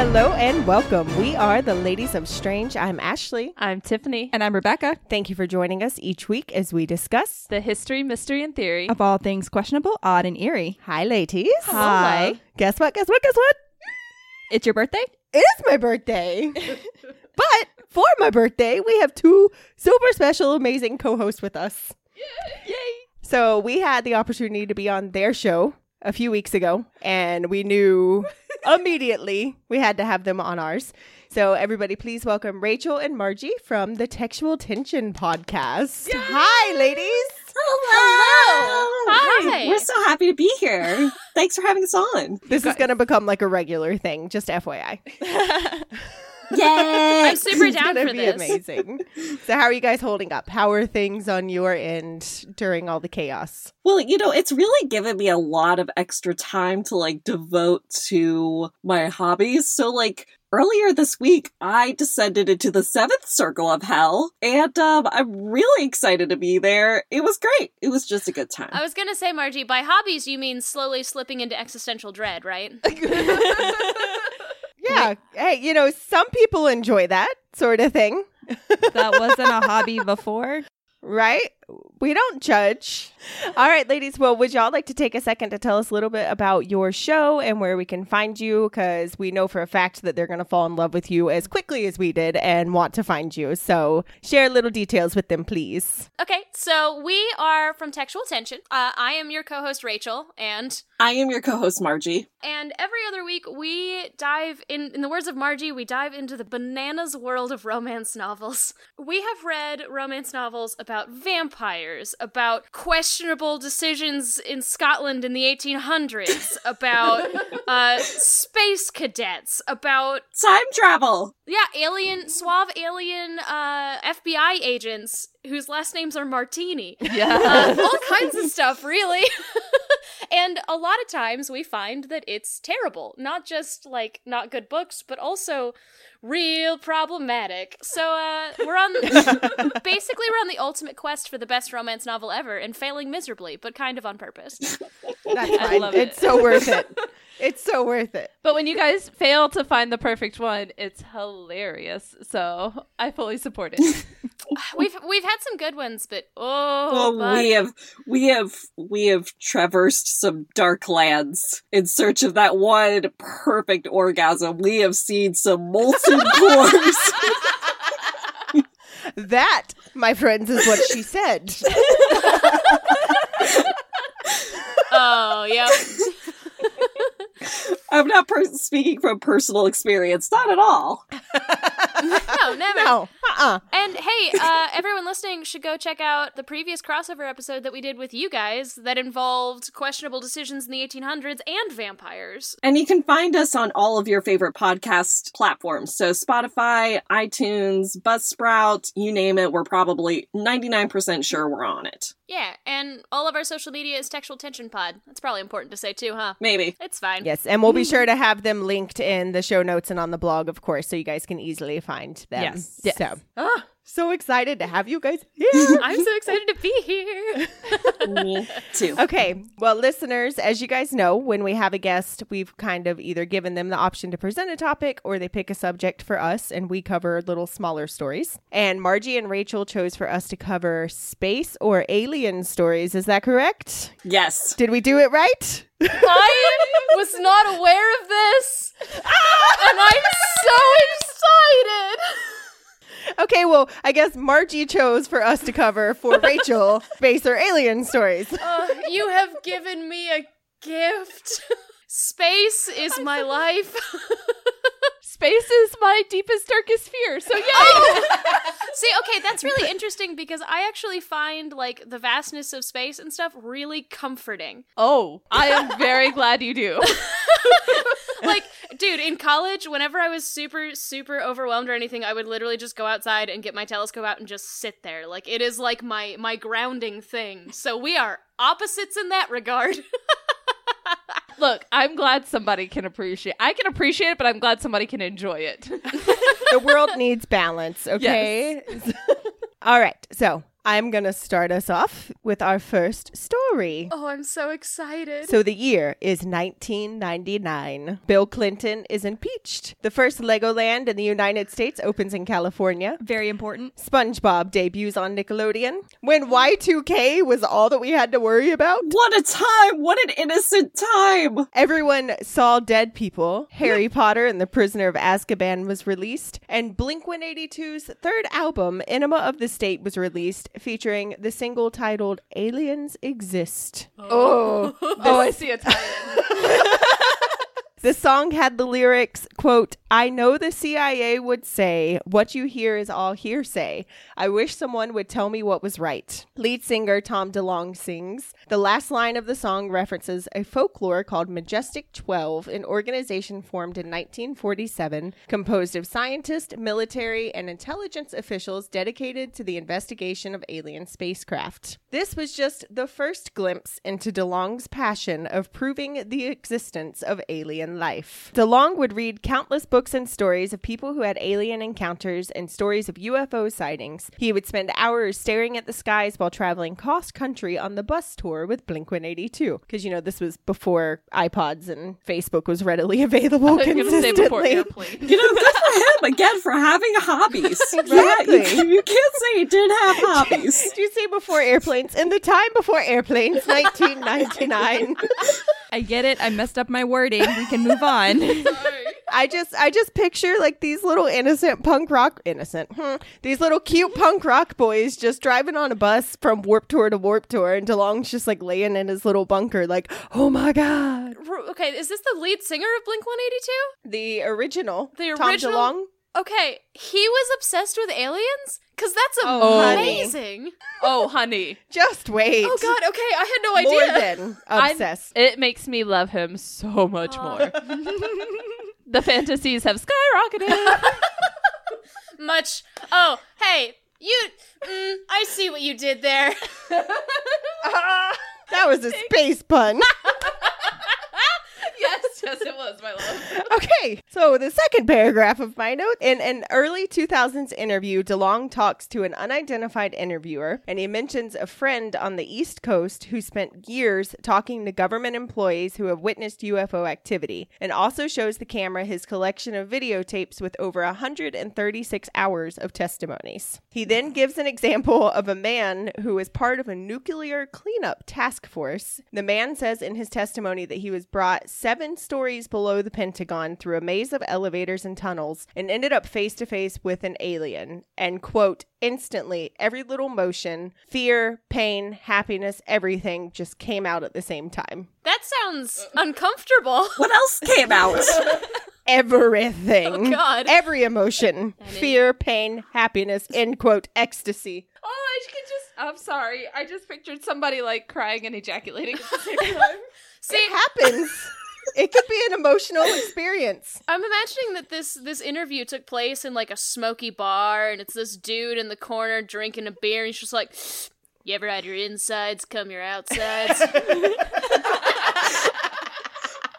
Hello and welcome. We are the Ladies of Strange. I'm Ashley. I'm Tiffany. And I'm Rebecca. Thank you for joining us each week as we discuss. The history, mystery, and theory. Of all things questionable, odd, and eerie. Hi, ladies. Hi. Guess what? Guess what? Guess what? It's your birthday? It is my birthday. but for my birthday, we have two super special, amazing co hosts with us. Yay! So we had the opportunity to be on their show a few weeks ago, and we knew immediately we had to have them on ours. So everybody, please welcome Rachel and Margie from the Textual Tension Podcast. Hi, ladies. Hello. Hi. We're so happy to be here. Thanks for having us on. This is going to become like a regular thing, just FYI. Yay. I'm super It's down gonna for be this. amazing. so, how are you guys holding up? How are things on your end during all the chaos? Well, you know, it's really given me a lot of extra time to like devote to my hobbies. So, like, earlier this week, I descended into the seventh circle of hell, and um, I'm really excited to be there. It was great. It was just a good time. I was gonna say, Margie, by hobbies you mean slowly slipping into existential dread, right? Yeah. Hey, you know, some people enjoy that sort of thing, That wasn't a hobby before. right? We don't judge. All right, ladies. Well, would y'all like to take a second to tell us a little bit about your show and where we can find you? Because we know for a fact that they're going to fall in love with you as quickly as we did and want to find you. So, share little details with them, please. okay, so we are from Textual Tension. Uh, I am your co-host Rachel, and I am your co host, Margie. and every other week we dive in. In the words of Margie, we dive into the bananas world of romance novels. We have read romance novels about vampires, about questionable decisions in Scotland in the 1800s, about uh, space cadets, about Time travel. Yeah, alien, suave alien uh, FBI agents whose last names are Martini. Uh, all kinds of stuff, really. and a lot of times we find that it's terrible. Not just like not good books, but also real problematic. So uh, we're on basically we're on the ultimate quest for the best romance novel ever and failing miserably, but kind of on purpose. That's I fine. love It's it. so worth it. It's so worth it. But when you guys fail to find the perfect one, it's hilarious. So I fully support it. We've we've had some good ones, but Oh, oh, but- we have we have we have traversed some dark lands in search of that one perfect orgasm. We have seen some molten cores. That, my friends, is what she said. oh yeah. I'm not per- speaking from personal experience, not at all. No, never. No. Uh-uh. And hey, uh, everyone listening should go check out the previous crossover episode that we did with you guys that involved questionable decisions in the 1800s and vampires. And you can find us on all of your favorite podcast platforms. So Spotify, iTunes, Buzzsprout, you name it, we're probably 99% sure we're on it. Yeah, and all of our social media is Textual Tension Pod. That's probably important to say too, huh? Maybe. It's fine. Yes, and we'll be sure to have them linked in the show notes and on the blog, of course, so you guys can easily find them. Yes. Yes. So, ah, so excited to have you guys here. I'm so excited to be here. Me too. Okay. Well, listeners, as you guys know, when we have a guest, we've kind of either given them the option to present a topic or they pick a subject for us and we cover little smaller stories. And Margie and Rachel chose for us to cover space or alien stories. Is that correct? Yes. Did we do it right? I was not aware of this, and I'm so excited. Okay, well, I guess Margie chose for us to cover for Rachel space or alien stories. Uh, you have given me a gift. Space is my life. Space is my deepest, darkest fear. So yeah. See, okay, that's really interesting because I actually find like the vastness of space and stuff really comforting. Oh, I am very glad you do. Like, dude, in college, whenever I was super, super overwhelmed or anything, I would literally just go outside and get my telescope out and just sit there. Like, it is like my my grounding thing. So we are opposites in that regard. Look, I'm glad somebody can appreciate. I can appreciate it, but I'm glad somebody can enjoy it. The world needs balance, okay? All right, so I'm going to start us off with our first story. Oh, I'm so excited. So the year is 1999. Bill Clinton is impeached. The first Legoland in the United States opens in California. Very important. SpongeBob debuts on Nickelodeon. When Y2K was all that we had to worry about. What a time! What an innocent time! Everyone saw dead people. Harry Potter and the Prisoner of Azkaban was released, and Blink 182's third album, Enema of the State, was released, featuring the single titled Aliens Exist. Oh, oh, I see a tie-in. The song had the lyrics, quote, I know the CIA would say, what you hear is all hearsay. I wish someone would tell me what was right. Lead singer Tom DeLonge sings. The last line of the song references a folklore called Majestic 12, an organization formed in 1947, composed of scientists, military, and intelligence officials dedicated to the investigation of alien spacecraft. This was just the first glimpse into DeLong's passion of proving the existence of alien life. DeLong would read countless books and stories of people who had alien encounters and stories of UFO sightings. He would spend hours staring at the skies while traveling cross country on the bus tour with Blink 182. Because, you know, this was before iPods and Facebook was readily available I'm going to say before consistently. airplane. You know, good for him again for having hobbies. Yeah, you, Exactly. you can't say he didn't have hobbies. Did you say before airplanes? In the time before airplanes, 1999. I get it. I messed up my wording. We can move on. I just I just picture like these little innocent punk rock innocent hmm, these little cute punk rock boys just driving on a bus from warp tour to warp tour and DeLong's just like laying in his little bunker like oh my god R- okay, is this the lead singer of Blink 182? the original The Tom original- DeLong Okay, he was obsessed with aliens? Because that's Oh, honey. amazing. Oh, honey. just wait Oh, God, okay, I had no more idea. than obsessed It makes me love him so much more. the fantasies have skyrocketed. Much. Oh, hey, you. Mm, I see what you did there. that was a space pun yes, yes, it was, my love. Okay, so the second paragraph of my note. In an early 2000s interview, DeLong talks to an unidentified interviewer, and he mentions a friend on the East Coast who spent years talking to government employees who have witnessed UFO activity, and also shows the camera his collection of videotapes with over 136 hours of testimonies. He then gives an example of a man who was part of a nuclear cleanup task force. The man says in his testimony that he was brought seven stories below the Pentagon through a maze of elevators and tunnels and ended up face to face with an alien. And quote, instantly, every little motion, fear, pain, happiness, everything just came out at the same time. That sounds uncomfortable. What else came out? Everything. Oh, God. Every emotion. Fear, pain, happiness, end quote, ecstasy. Oh, I could just. I'm sorry. I just pictured somebody like crying and ejaculating. at the same time. See, happens. it could be an emotional experience. I'm imagining that this this interview took place in like a smoky bar, and it's this dude in the corner drinking a beer, and he's just like, "You ever had your insides come your outsides?" Oh,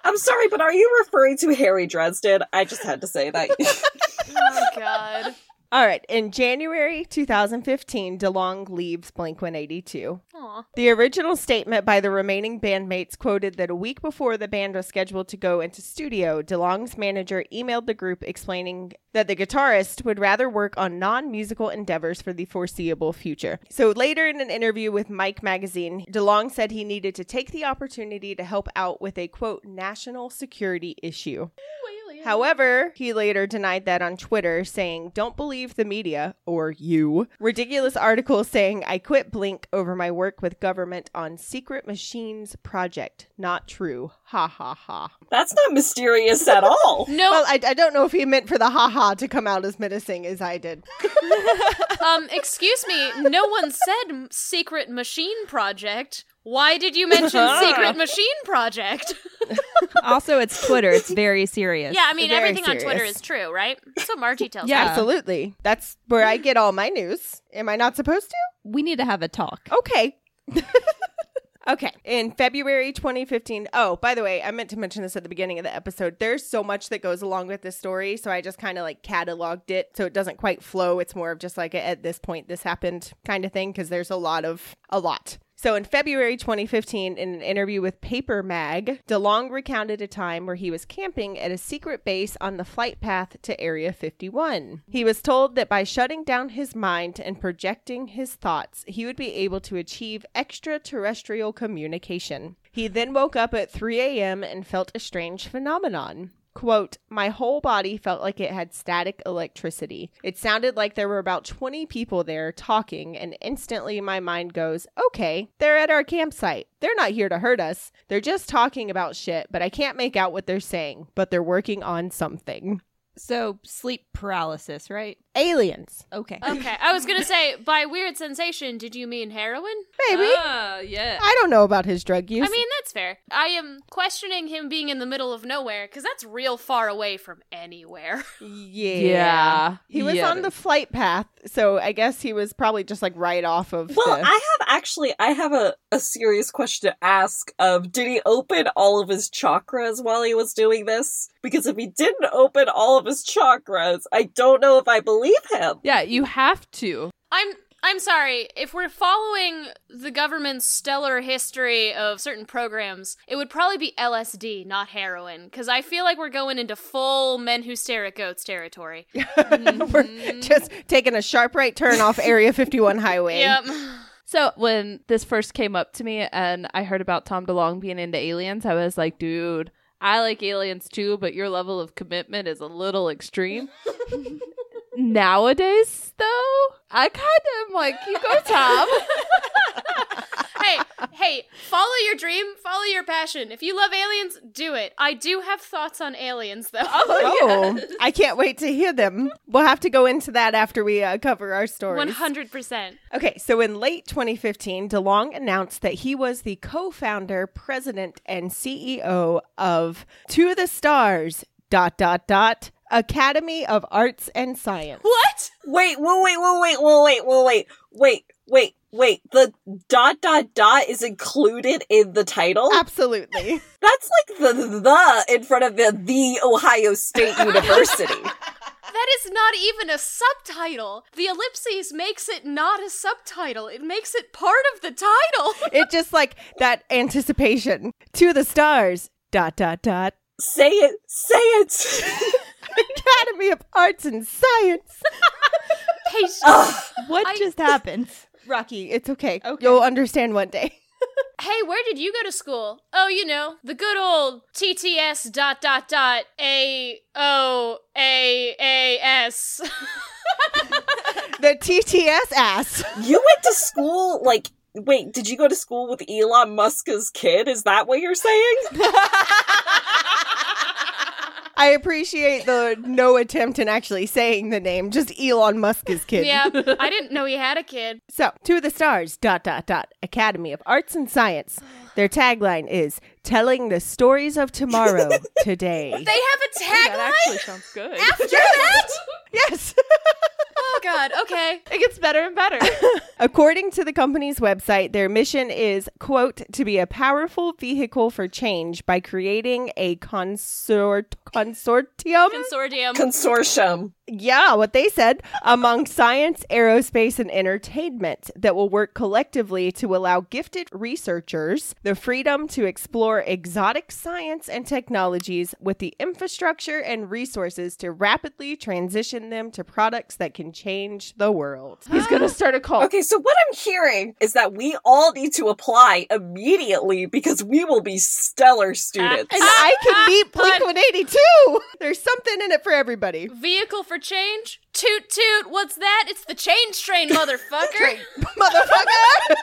I'm sorry, but are you referring to Harry Dresden? I just had to say that. oh God. All right. In January 2015, DeLong leaves Blink 182. Aw. The original statement by the remaining bandmates quoted that a week before the band was scheduled to go into studio, DeLong's manager emailed the group explaining that the guitarist would rather work on non musical endeavors for the foreseeable future. So later in an interview with Mike magazine, DeLong said he needed to take the opportunity to help out with a quote, national security issue. However, he later denied that on Twitter, saying, Don't believe the media or you. Ridiculous article saying, I quit Blink over my work with government on Secret Machines Project. Not true. Ha ha ha. That's not mysterious at all. No, Well, I, I don't know if he meant for the ha ha to come out as menacing as I did. um, excuse me, no one said m- secret machine project. Why did you mention secret machine project? also, it's Twitter. It's very serious. Yeah, I mean, Very everything on Twitter serious. is true, right? That's what Margie tells Yeah. me. Absolutely. That's where I get all my news. Am I not supposed to? Oh, We need to have a talk. Okay. Okay. In February 2015. Oh, by the way, I meant to mention this at the beginning of the episode. There's so much that goes along with this story. So I just kind of like cataloged it. So it doesn't quite flow. It's more of just like a, at this point, this happened kind of thing because there's a lot of, a lot. So in February 2015, in an interview with Paper Mag, DeLong recounted a time where he was camping at a secret base on the flight path to Area 51. He was told that by shutting down his mind and projecting his thoughts, he would be able to achieve extraterrestrial communication. He then woke up at 3 a.m. and felt a strange phenomenon. Quote, my whole body felt like it had static electricity. It sounded like there were about 20 people there talking, and instantly my mind goes, okay, they're at our campsite. They're not here to hurt us. They're just talking about shit, but I can't make out what they're saying, but they're working on something. So sleep paralysis, right? Uh, Aliens. Okay. Okay, I was gonna say by weird sensation, did you mean heroin? Maybe. Ah, yeah. I don't know about his drug use. Oh. I mean, that's fair. I am questioning him being in the middle of nowhere because that's real far away from anywhere. yeah. Yeah. He was Yeah. on the flight path, so I guess he was probably just like right off of Well, the- I have actually, I have a, a serious question to ask of did he open all of his chakras while he was doing this? Because if he didn't open all of his chakras, I don't know if I believe him. Yeah, you have to. I'm I'm sorry. If we're following the government's stellar history of certain programs, it would probably be LSD, not heroin, because I feel like we're going into full men who stare at goats territory. We're just taking a sharp right turn off Area 51 highway. Yep. So when this first came up to me and I heard about Tom DeLong being into aliens, I was like, dude, I like aliens too, but your level of commitment is a little extreme. Nowadays, though, I kind of am like, you go, Tom. hey, hey, follow your dream, follow your passion. If you love aliens, do it. I do have thoughts on aliens, though. Oh, I can't wait to hear them. We'll have to go into that after we uh, cover our stories. 100%. Okay, so in late 2015, DeLong announced that he was the co founder, president, and CEO of To the Stars, dot, dot, dot, Academy of Arts and Science. What? Wait, whoa, wait, whoa, wait, whoa, wait, whoa, wait, wait, wait, wait. The dot dot dot is included in the title? Uh, Absolutely. That's like the the in front of the, the Ohio State University. That is not even a subtitle. The ellipses makes it not a subtitle. It makes it part of the title. it just like that anticipation. To the Stars, dot, dot, dot, say it, say it. Academy of Arts and Science. Patience. What I- just happened? Rocky, it's okay. You'll understand one day. hey, where did you go to school? Oh, you know, the good old TTS dot dot dot A O A A S. The TTS ass. you went to school like wait, did you go to school with Elon Musk's kid? Is that what you're saying? I appreciate the no attempt in actually saying the name, just Elon Musk's kid. yeah, I didn't know he had a kid. So, to the stars, dot, dot, dot, Academy of Arts and Science. Their tagline is telling the stories of tomorrow today. They have a tagline That actually sounds good. after that? yes. Oh, God. Okay. It gets better and better. According to the company's website, their mission is, quote, to be a powerful vehicle for change by creating a consort consortium. Consortium. Consortium. Yeah, what they said among science, aerospace, and entertainment that will work collectively to allow gifted researchers the freedom to explore exotic science and technologies with the infrastructure and resources to rapidly transition them to products that can change the world. He's going to start a cult. Okay, so what I'm hearing is that we all need to apply immediately because we will be stellar students. And I can beat Blink 182. There's something in it for everybody. Vehicle for change? Toot toot, what's that? It's the change train, motherfucker! Motherfucker!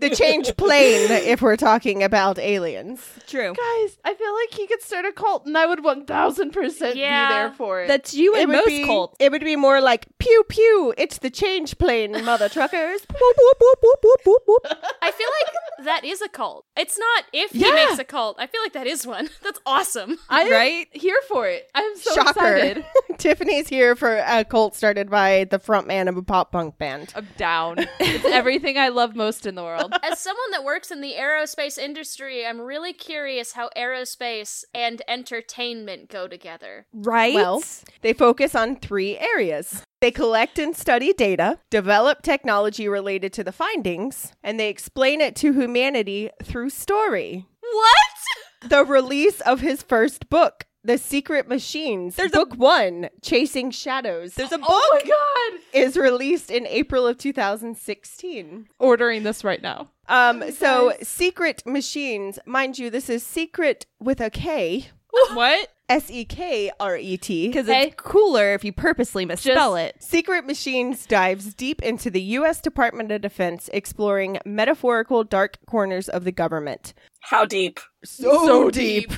the change plane, if we're talking about aliens. True. Guys, I feel like he could start a cult and I would 1000% Yeah. be there for it. That's you and most be, cults. It would be more like pew pew. It's the change plane, mother truckers. Boop, boop, boop, boop, boop, boop, boop. I feel like that is a cult. It's not if he Yeah. makes a cult. I feel like that is one. That's awesome. I'm Right? here for it. I'm so Shocker. excited. Tiffany's here for a cult started by the frontman of a pop punk band. I'm down. It's everything I love most in the world. As someone that works in the aerospace industry, I'm really curious how aerospace and entertainment go together. Right? Well, they focus on three areas. They collect and study data, develop technology related to the findings, and they explain it to humanity through story. What? The release of his first book, The Secret Machines, There's a- book one, Chasing Shadows, there's a book. Oh my god! is released in April of 2016. Ordering this right now. Um, so Secret Machines, mind you, this is secret with a K, what? S E K R E T. Because Hey. it's cooler if you purposely misspell it. Secret Machines dives deep into the U.S. Department of Defense, exploring metaphorical dark corners of the government. How deep? So, deep.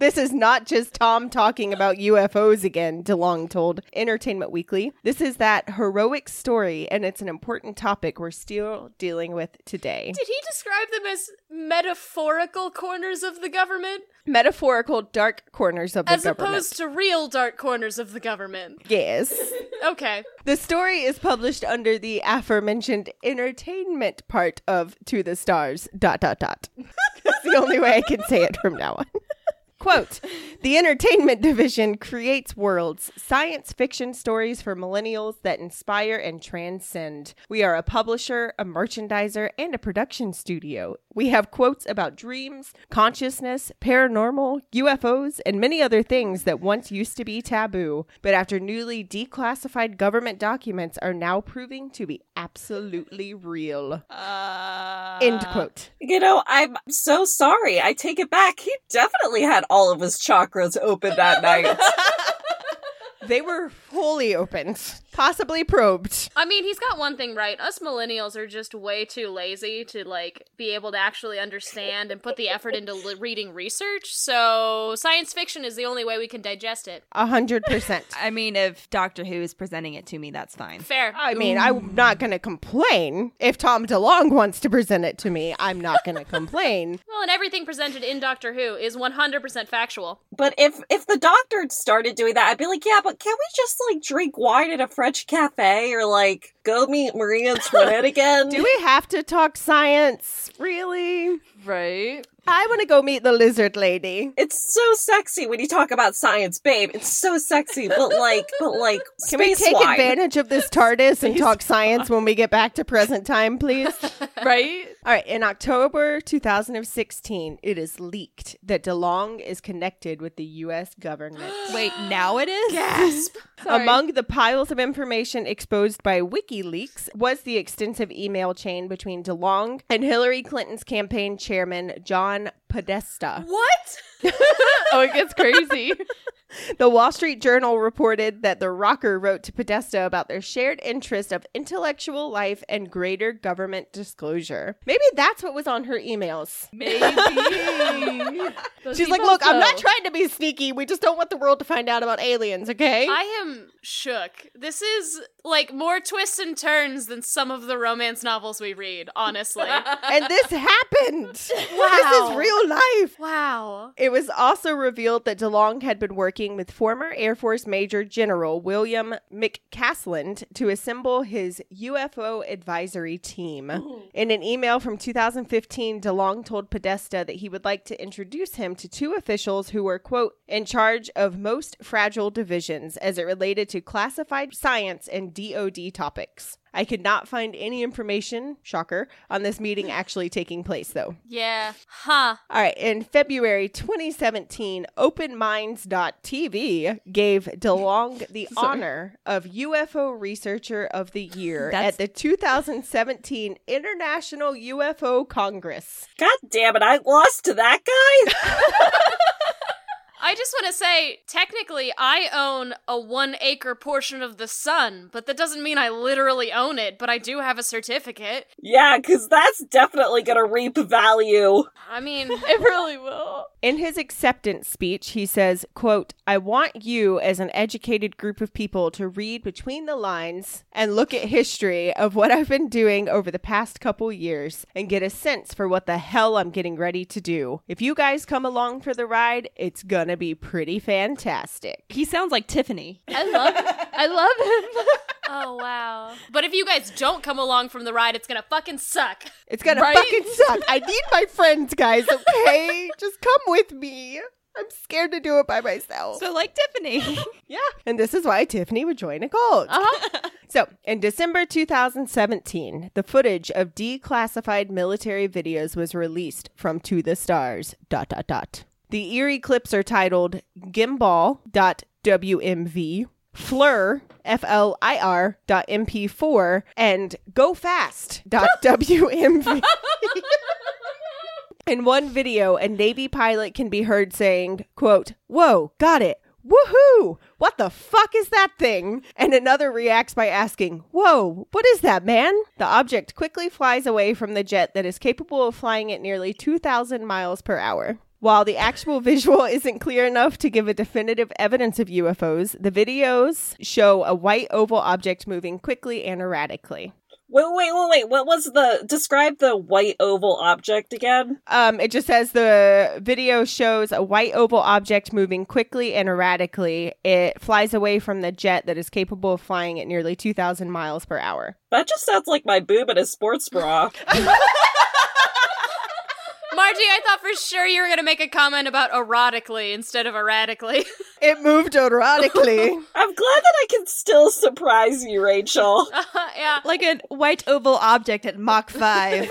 This is not just Tom talking about UFOs again, DeLong told Entertainment Weekly. This is that heroic story, and it's an important topic we're still dealing with today. Did he describe them as metaphorical corners of the government Metaphorical dark corners of the as government. opposed to real dark corners of the government? yes. Okay. The story is published under the aforementioned entertainment part of To the Stars. Dot dot dot. That's the only way I can say it from now on. Quote The entertainment division creates worlds, science fiction stories for millennials that inspire and transcend. We are a publisher, a merchandiser, and a production studio. We have quotes about dreams, consciousness, paranormal, UFOs, and many other things that once used to be taboo, but after newly declassified government documents are now proving to be absolutely real. End quote. You know, I'm so sorry. I take it back. He definitely had all of his chakras open that night. They were wholly opened, possibly probed. I mean, he's got one thing right. Us millennials are just way too lazy to like be able to actually understand and put the effort into l- reading research. So, science fiction is the only way we can digest it. A hundred percent. I mean, if Doctor Who is presenting it to me, that's fine. Fair. I mean, I'm not going to complain. If Tom DeLong wants to present it to me, I'm not going to complain. Well, and everything presented in Doctor Who is 100% factual. But if if the doctor started doing that, I'd be like, yeah, but can we just like drink wine at a French cafe or like go meet Marie Antoinette again? Do we have to talk science? Really? Right? I want to go meet the lizard lady. It's so sexy when you talk about science, babe. It's so sexy, but like, but like, Can space we take wine. advantage of this TARDIS and talk science when we get back to present time, please? Right? All right, in October 2016, it is leaked that DeLong is connected with the US government. Wait, now it is? Sorry. Among the piles of information exposed by WikiLeaks was the extensive email chain between DeLong and Hillary Clinton's campaign chairman, John Podesta. What? Oh, it gets crazy. The Wall Street Journal reported that the rocker wrote to Podesta about their shared interest of intellectual life and greater government disclosure. Maybe that's what was on her emails. Maybe. Those She's like, emails, look, I'm not though. trying to be sneaky. We just don't want the world to find out about aliens, okay? I am shook. This is like more twists and turns than some of the romance novels we read, honestly. and this happened. This is real life. wow. It was also revealed that DeLong had been working with former Air Force Major General William McCasland to assemble his UFO advisory team. In an email from 2015, DeLong told Podesta that he would like to introduce him to two officials who were, quote, in charge of most fragile divisions as it related to classified science and DoD topics. I could not find any information, shocker, on this meeting actually taking place, though. Yeah. Huh. All right, in February 2017, OpenMinds.tv gave DeLong the honor of UFO Researcher of the Year That's- at the 2017 International UFO Congress. God damn it! I lost to that guy. I just want to say, technically, I own a one acre portion of the sun, but that doesn't mean I literally own it, but I do have a certificate. yeah, because that's definitely gonna reap value. I mean, It really will. In his acceptance speech, he says, quote, I want you as an educated group of people to read between the lines and look at history of what I've been doing over the past couple years and get a sense for what the hell I'm getting ready to do. If you guys come along for the ride, it's gonna to be pretty fantastic. He sounds like Tiffany. I love I love him. Oh wow. But if you guys don't come along from the ride, it's gonna fucking suck. It's gonna Right? fucking suck. I need my friends, guys. Okay, just come with me. I'm scared to do it by myself. So like Tiffany. yeah, and this is why Tiffany would join a cult. Uh-huh. So, in December 2017, the footage of declassified military videos was released from To the Stars. Dot dot dot. The eerie clips are titled Gimbal. Dot WMV, FLIR, F L I R. Dot MP4, and Go Fast. Dot WMV. In one video, a Navy pilot can be heard saying, quote, Whoa, got it. Woohoo! What the fuck is that thing? And another reacts by asking, Whoa, what is that, man? The object quickly flies away from the jet that is capable of flying at nearly 2,000 miles per hour. While the actual visual isn't clear enough to give a definitive evidence of UFOs, the videos show a white oval object moving quickly and erratically. Wait, wait, wait, wait. What was the describe the white oval object again? Um, it just says the video shows a white oval object moving quickly and erratically. It flies away from the jet that is capable of flying at nearly 2,000 miles per hour. That just sounds like my boob in a sports bra. Margie, I thought for sure you were gonna make a comment about erotically instead of erratically. It moved erotically. I'm glad that I can still surprise you, Rachel. Uh, yeah. like a white oval object at Mach 5.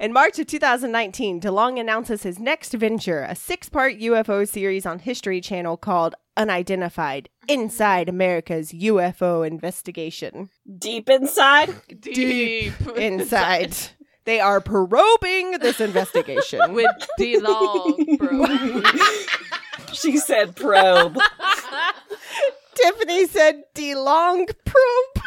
In March of 2019, DeLong announces his next venture, a six part UFO series on History Channel called Unidentified Inside America's UFO Investigation. Deep inside, Deep Inside. They are probing this investigation. with DeLong, bro. she said probe. Tiffany said DeLong probe.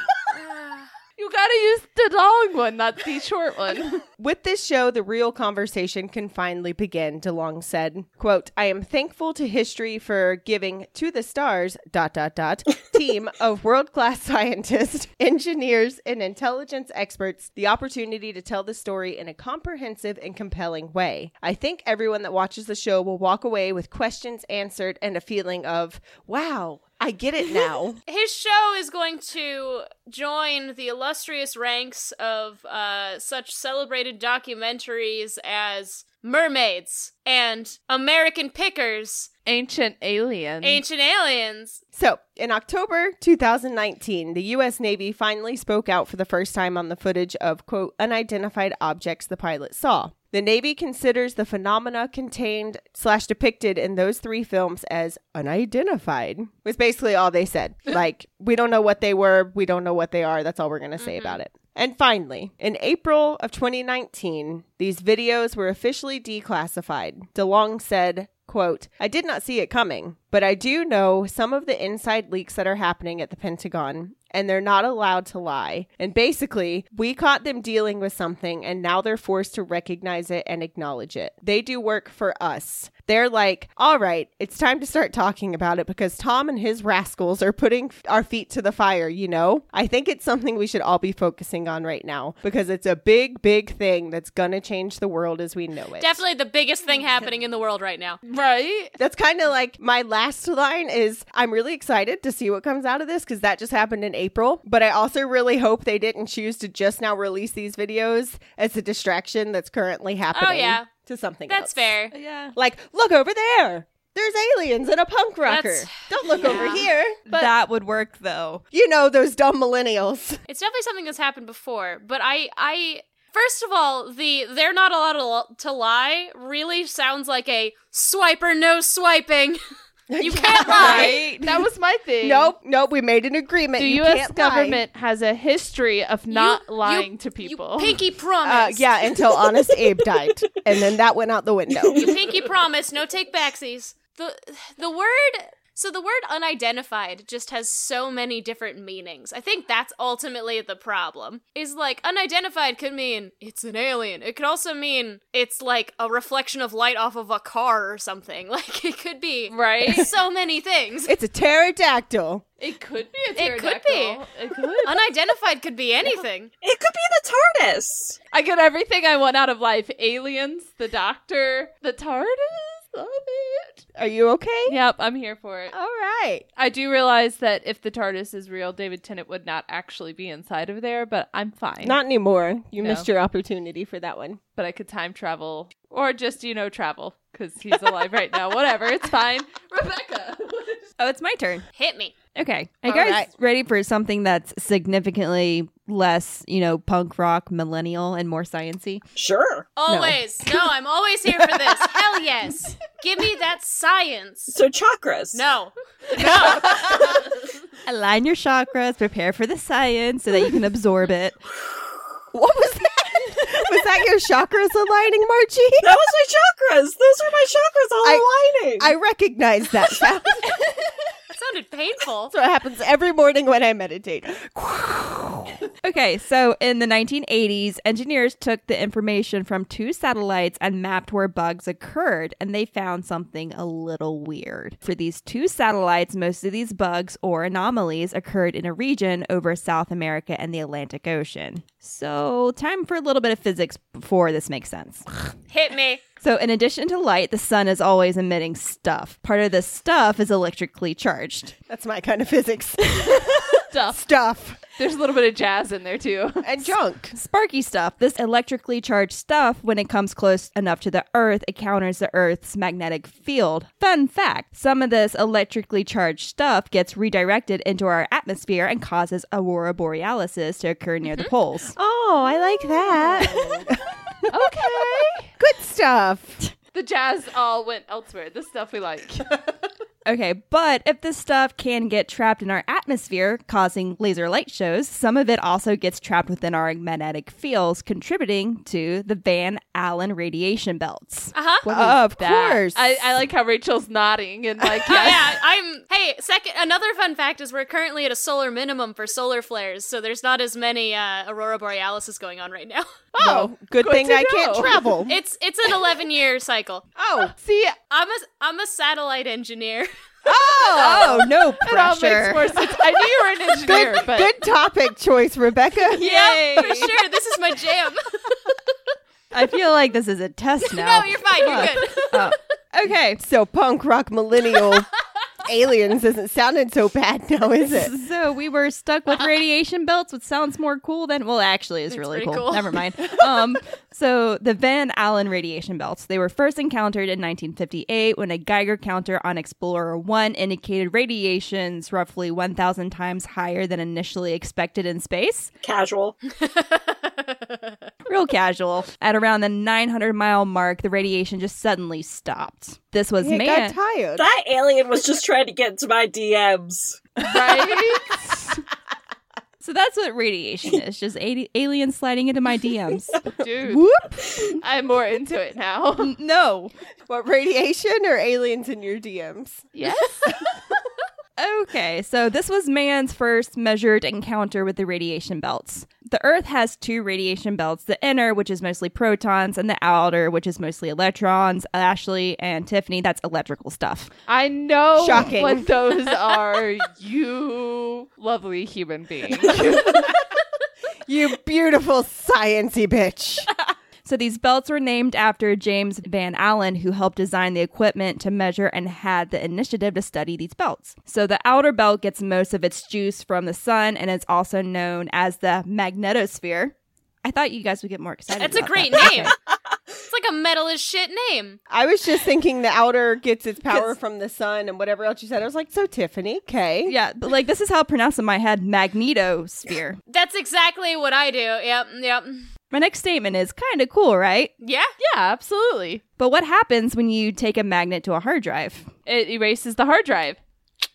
You gotta use the long one, not the short one. With this show, the real conversation can finally begin, DeLong said. Quote, I am thankful to history for giving to the stars, dot, dot, dot, team of world-class scientists, engineers, and intelligence experts the opportunity to tell the story in a comprehensive and compelling way. I think everyone that watches the show will walk away with questions answered and a feeling of, wow, I get it now. His show is going to join the illustrious ranks of uh, such celebrated documentaries as Mermaids and American Pickers, Ancient Mm. alien. Ancient Aliens, So, in October 2019, the U.S. Navy finally spoke out for the first time on the footage of, quote, unidentified objects the pilot saw. The Navy considers the phenomena contained slash depicted in those three films as unidentified, was basically all they said. like, we don't know what they were, we don't know what they are, that's all we're going to say about it. And finally, in April of 2019, these videos were officially declassified. DeLong said, quote, I did not see it coming, but I do know some of the inside leaks that are happening at the Pentagon, and they're not allowed to lie. And basically, we caught them dealing with something, and now they're forced to recognize it and acknowledge it. They do work for us. They're like, all right, it's time to start talking about it because Tom and his rascals are putting f- our feet to the fire, you know? I think it's something we should all be focusing on right now because it's a big, big thing that's gonna change the world as we know it. Definitely the biggest thing happening in the world right now. Right? That's kind of like my last line is I'm really excited to see what comes out of this because that just happened in April. But I also really hope they didn't choose to just now release these videos as a distraction that's currently happening. Oh, yeah. To something That's else. fair. yeah. Like, look over there. There's aliens and a punk rocker. That's- Don't look over yeah. here. But that would work though. you know those dumb millennials. It's definitely something that's happened before, but I I first of all, the they're not allowed to li- to lie really sounds like a swiper no swiping. you can't lie. Right? That was my thing. Nope, nope. We made an agreement. The you U.S. can't lie. government has a history of not You- lying you- to you people. pinky Uh, promise. yeah, until Honest Abe died, and then that went out the window. You pinky promise, no take backsies. The the word so the word unidentified just has so many different meanings. I think that's ultimately the problem. Is like unidentified could mean it's an alien. It could also mean it's like a reflection of light off of a car or something. Like it could be right? so many things. It's a pterodactyl. It could be a It could pterodactyl. It could. unidentified could be anything. It could be the TARDIS. I got everything I want out of life. Aliens, the doctor, the TARDIS, Love it. Are you okay? Yep, I'm here for it. All right. I do realize that if the TARDIS is real, David Tennant would not actually be inside of there, but I'm fine. Not anymore. You No. missed your opportunity for that one. but I could time travel or just, you know, travel because he's alive right now. Whatever, it's fine. Rebecca. Oh, it's my turn. Hit me. Okay. Are All you guys right. ready for something that's significantly less, you know, punk rock, millennial, and more sciency? Sure. Always. No. I'm always here for this. Hell yes. Give me that science. So chakras. No. Align your chakras, prepare for the science so that you can absorb it. What was that? was that your chakras aligning, Margie? That was my chakras. Those are my chakras all I- aligning. I recognize that sound. That sounded painful. That's what happens every morning when I meditate. Okay, so in the 1980s, engineers took the information from two satellites and mapped where bugs occurred, and they found something a little weird. For these two satellites, most of these bugs or anomalies occurred in a region over South America and the Atlantic Ocean. So, time for a little bit of physics before this makes sense. Hit me. So, in addition to light, the sun is always emitting stuff. Part of this stuff is electrically charged. That's my kind of physics. Stuff. Stuff There's a little bit of jazz in there too. and junk. sparky stuff. This electrically charged stuff, when it comes close enough to the Earth, it counters the Earth's magnetic field. Fun fact some of this electrically charged stuff gets redirected into our atmosphere and causes aurora borealis to occur near the poles. Mm-hmm. Oh, I like that. Okay. Good stuff. the jazz all went elsewhere. The stuff we like. Okay, but if this stuff can get trapped in our atmosphere, causing laser light shows, some of it also gets trapped within our magnetic fields, contributing to the Van Allen radiation belts. Uh huh. Of That- course. I, I like how Rachel's nodding and like, Oh, yes. yeah, I'm. Hey, second. Another fun fact is we're currently at a solar minimum for solar flares, so there's not as many uh, aurora borealis going on right now. Oh, good, good thing to I can't know. travel. It's it's an 11 year cycle. oh, See, I'm a I'm a satellite engineer. oh, Oh, no it all makes pressure. more sense. I knew you were an engineer, but good topic choice, Rebecca. Yeah, for sure. This is my jam. I feel like this is a test now. no, you're fine. You're good. Oh. Okay. So punk rock millennial aliens isn't sounding so bad now, is it? So we were stuck with radiation belts, which sounds more cool than well, actually, is really pretty cool. cool. Never mind. Um, so the Van Allen radiation belts they were first encountered in 1958 when a Geiger counter on Explorer One indicated radiations roughly 1,000 times higher than initially expected in space. Casual. Real casual. At around the 900 mile mark, the radiation just suddenly stopped. This was It got man. tired. That alien was just trying to get into my DMs. right? So that's what radiation is just a- aliens sliding into my DMs. Dude, Whoop. I'm more into it now. no. What radiation or aliens in your DMs? Yes. Okay, so this was man's first measured encounter with the radiation belts. The Earth has two radiation belts the inner, which is mostly protons, and the outer, which is mostly electrons. Ashley and Tiffany, that's electrical stuff. I know Shocking. what those are, you lovely human being. You beautiful sciency bitch. So these belts were named after James Van Allen, who helped design the equipment to measure and had the initiative to study these belts. So the outer belt gets most of its juice from the sun and is also known as the magnetosphere. I thought you guys would get more excited. That's a about great that. name. It's like a metal as shit name. I was just thinking the outer gets its power from the sun and whatever else you said. I was like, so Tiffany, okay. Yeah, but like this is how I pronounce it in my head magnetosphere. That's exactly what I do. Yep, yep. My next statement is kind of cool, right? Yeah. Yeah, absolutely. But what happens when you take a magnet to a hard drive? It erases the hard drive.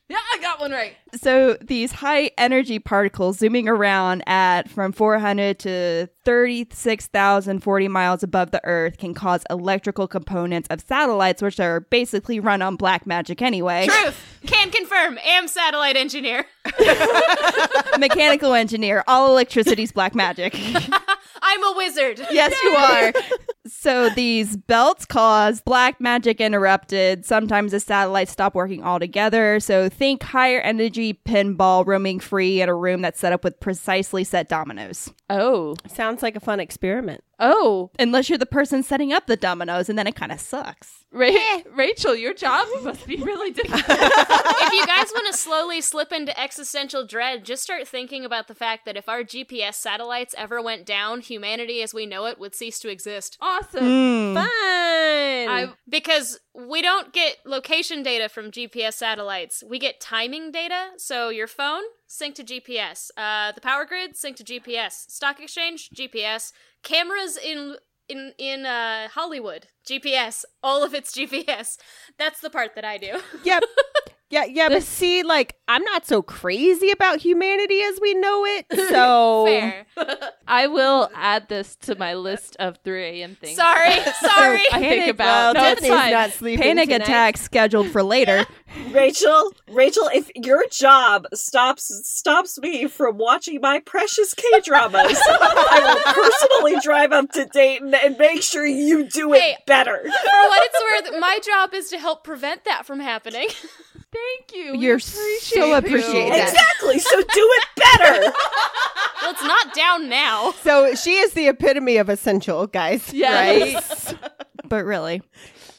Yeah, I got one right. So these high energy particles zooming around at from 400 to 36,040 miles above the Earth can cause electrical components of satellites, which are basically run on black magic anyway. Truth. Can confirm. Am satellite engineer. Mechanical engineer, all electricity's black magic. I'm a wizard. Yes, you are. So these belts cause black magic interrupted. Sometimes the satellites stop working altogether. So think higher energy pinball roaming free in a room that's set up with precisely set dominoes. Oh, Sounds like a fun experiment. Oh, unless you're the person setting up the dominoes, and then it kind of sucks. Ra- Rachel, your job must be really difficult. if you guys want to slowly slip into existential dread, just start thinking about the fact that if our GPS satellites ever went down, humanity as we know it would cease to exist. awesome. Hmm. Fun. I, Because we don't get location data from GPS satellites, we get timing data. So your phone, sync to GPS. Uh, the power grid, sync to GPS. Stock exchange, GPS. Cameras in. In in uh, Hollywood, GPS, all of it's GPS. That's the part that I do. Yep. Yeah, yeah, but see, like, I'm not so crazy about humanity as we know it. So Fair. I will add this to my list of 3 a.m. things. Sorry, sorry. I think Panic- well, about. no, it's Disney's fine. not sleeping Panic tonight. attack scheduled for later. Rachel, Rachel, if your job stops stops me from watching my precious K dramas, I will personally drive up to Dayton and make sure you do it Hey. better. for what it's worth, my job is to help prevent that from happening. Thank you. We You're appreciate so you. appreciated. Exactly. Exactly. So do it better. well, it's not down now. So she is the epitome of essential, guys. Yes. Right? but really.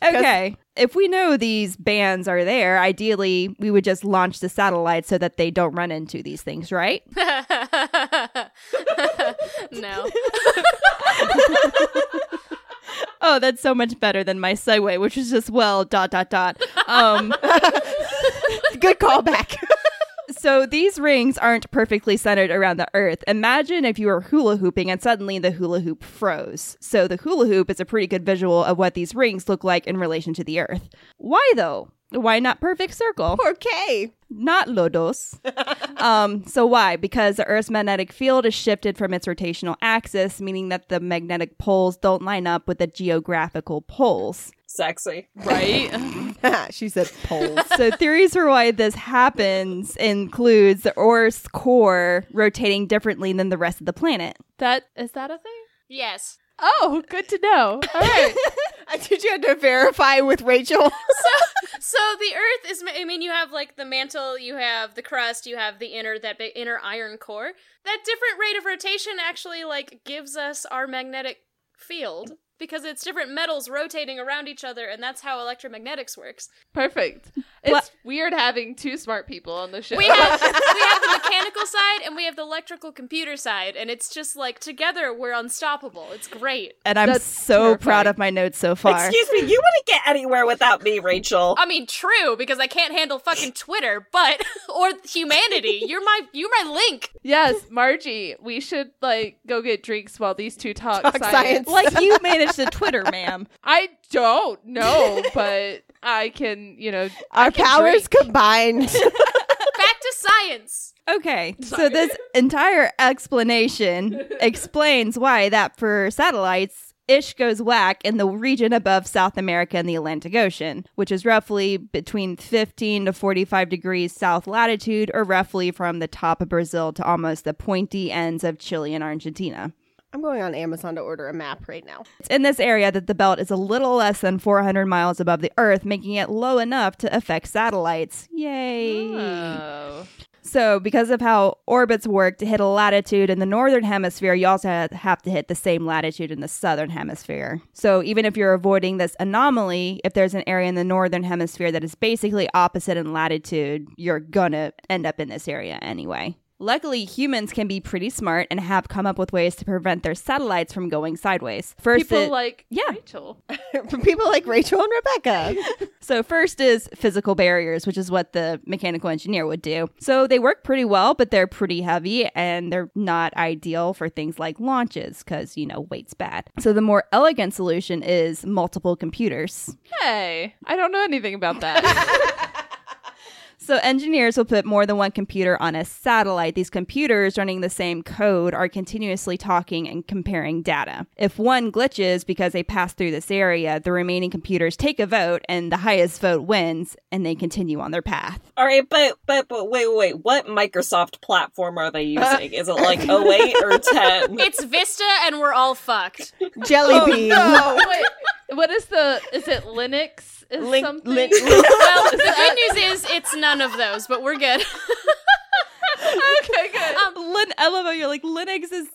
Okay. If we know these bands are there, ideally we would just launch the satellite so that they don't run into these things, right? no. Oh, that's so much better than my segue, which is just well dot dot dot. Um Good callback. so these rings aren't perfectly centered around the earth. Imagine if you were hula hooping and suddenly the hula hoop froze. So the hula hoop is a pretty good visual of what these rings look like in relation to the earth. Why though? Why not perfect circle? okay. not lodos. um, so why? Because the Earth's magnetic field is shifted from its rotational axis, meaning that the magnetic poles don't line up with the geographical poles. Sexy. Right? she said poles. So theories for why this happens includes the Earth's core rotating differently than the rest of the planet. that is that a thing? Yes. Oh, good to know. All right. Did you have to verify with Rachel? So the Earth is. ma- I mean, you have like the mantle, you have the crust, you have the inner that big inner iron core. That different rate of rotation actually like gives us our magnetic field because it's different metals rotating around each other, and that's how electromagnetics works. Perfect. It's weird having two smart people on the show. We have we have the mechanical side and we have the electrical computer side, and it's just like together we're unstoppable. It's great. And I'm That's so terrifying. proud of my notes so far. Excuse me, you wouldn't get anywhere without me, Rachel. I mean, true because I can't handle fucking Twitter, but or humanity. You're my you're my link. yes, Margie, we should like go get drinks while these two talk, Talk science. science. like you managed the Twitter, ma'am. I don't know, but I can, you know, Our powers combined. Back to science. Okay, so this entire explanation explains why that for satellites, Ish goes whack in the region above South America and the Atlantic Ocean, which is roughly between 15 to 45 degrees south latitude, or roughly from the top of Brazil to almost the pointy ends of Chile and Argentina. I'm going on Amazon to order a map right now. It's in this area that the belt is a little less than 400 miles above the Earth, making it low enough to affect satellites. Yay! Oh. So, because of how orbits work to hit a latitude in the northern hemisphere, you also ha- have to hit the same latitude in the southern hemisphere. So, even if you're avoiding this anomaly, if there's an area in the northern hemisphere that is basically opposite in latitude, you're gonna end up in this area anyway. Luckily, humans can be pretty smart and have come up with ways to prevent their satellites from going sideways. First, People it- like Yeah. Rachel. People like Rachel and Rebecca. So, first is physical barriers, which is what the mechanical engineer would do. So, they work pretty well, but they're pretty heavy and they're not ideal for things like launches because, you know, weight's bad. So, the more elegant solution is multiple computers. Hey, I don't know anything about that. So, engineers will put more than one computer on a satellite. These computers running the same code are continuously talking and comparing data. If one glitches because they pass through this area, the remaining computers take a vote and the highest vote wins and they continue on their path. All right, but but but wait, wait, wait. What Microsoft platform are they using? Is it like 08 or 10? It's Vista, and we're all fucked. Jelly bean. Wait, what is the is it Linux is Link- something? lin- Well, the good news is it's none of those, but we're good. okay, good. Um, Linux an LMO, you're like Linux is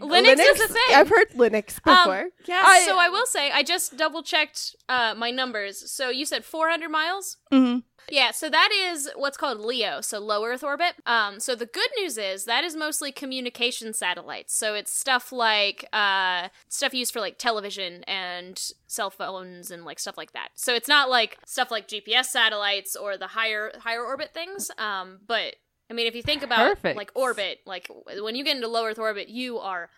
Linux, is a thing. I've heard Linux Um, before. yeah. so I will say, I just double checked uh, my numbers. So you said 400 miles? Mhm. Yeah, so that is what's called LEO, so low Earth orbit. Um, so the good news is that is mostly communication satellites. So it's stuff like uh, stuff used for like television and cell phones and like stuff like that. So it's not like stuff like GPS satellites or the higher higher orbit things. Um, but I mean, if you think about Perfect. like orbit, like w- when you get into low Earth orbit, you are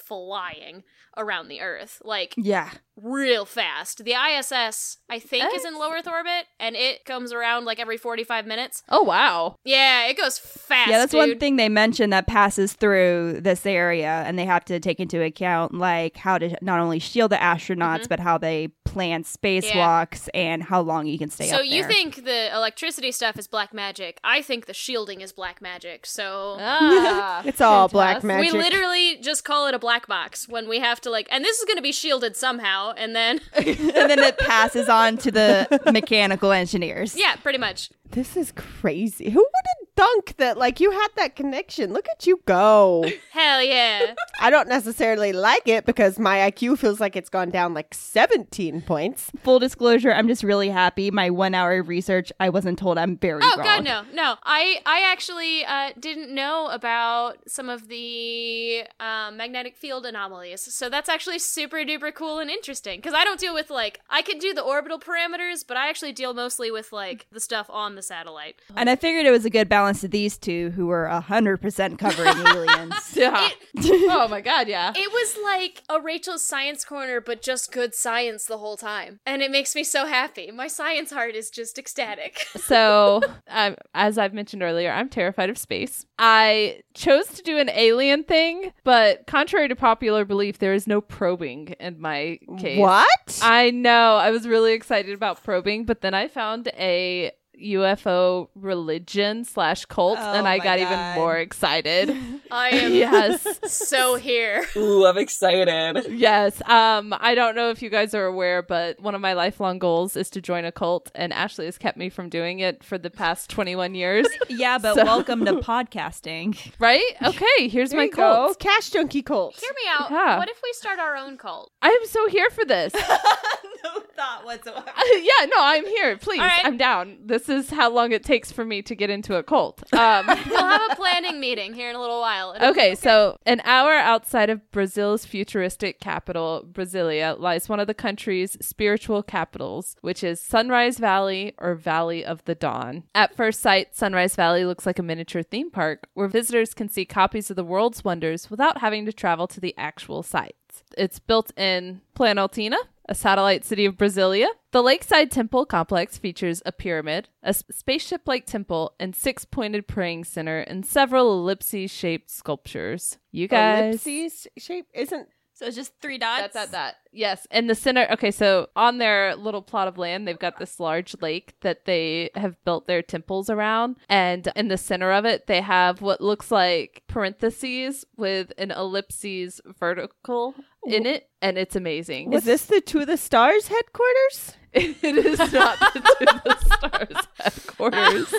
flying around the Earth. Like yeah. real fast. The ISS, I think, is in low Earth orbit, and it comes around like every 45 minutes. Oh wow. Yeah, it goes fast. Yeah, that's dude. one thing they mentioned that passes through this area, and they have to take into account like how to not only shield the astronauts, but how they plan spacewalks and how long you can stay. So up you there. think the electricity stuff is black magic? I think the shielding is black magic. So Ah, It's all black magic. fantastic. we literally just call it a black box when we have to like, and this is going to be shielded somehow, and then and then it passes on to the mechanical engineers. yeah, pretty much. This is crazy. Who would have thunk that like you had that connection? Look at you go. Hell yeah. I don't necessarily like it because my IQ feels like it's gone down like 17 points. Full disclosure, I'm just really happy. My one hour of research, I wasn't told I'm very Oh wrong. god, no, no. I I actually uh, didn't know about some of the um, magnetic field anomalies, so that's actually super duper cool and interesting. Because I don't deal with like I could do the orbital parameters, but I actually deal mostly with like the stuff on the satellite. And I figured it was a good balance to these two who were 100% covering aliens. Yeah. oh my god, yeah. It was like a Rachel's science corner, but just good science the whole time, and it makes me so happy. My science heart is just ecstatic. So, um, as I've mentioned earlier, I'm terrified of space. I chose to do an alien thing, but contrary to popular belief, there is no probing in my case. What? I know. I was really excited about probing, but then I found a UFO religion slash cult, Oh and I my got even God. more excited. I am yes. so here. Ooh, I'm excited. Yes. Um, I don't know if you guys are aware, but one of my lifelong goals is to join a cult, and Ashley has kept me from doing it for the past 21 years. yeah, but So- welcome to podcasting. right? Okay. Here's There my you go. cult. Cash junkie cult. Hear me out. Yeah. What if we start our own cult? I am so here for this. no thought whatsoever. yeah. No, I'm here. Please, All right. I'm down. This is how long it takes for me to get into a cult. Um. We'll have a planning meeting here in a little while. It'll Okay, so an hour outside of Brazil's futuristic capital, Brasilia, lies one of the country's spiritual capitals, which is Sunrise Valley or Valley of the Dawn. At first sight, Sunrise Valley looks like a miniature theme park where visitors can see copies of the world's wonders without having to travel to the actual sites. It's built in Planaltina, a satellite city of Brasilia. The lakeside temple complex features a pyramid, a spaceship like temple, and six pointed praying center, and several ellipses shaped sculptures. You guys. Ellipses shape isn't So it's just three That, that, that. Yes. And the center. Okay. So on their little plot of land, they've got this large lake that they have built their temples around. And in the center of it, they have what looks like parentheses with an ellipses vertical in it. And it's amazing. Is this the To the Stars headquarters? It is not the To the Stars headquarters.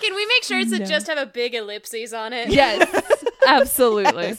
Can we make sure it's a just have a big ellipses on it? Yes, absolutely.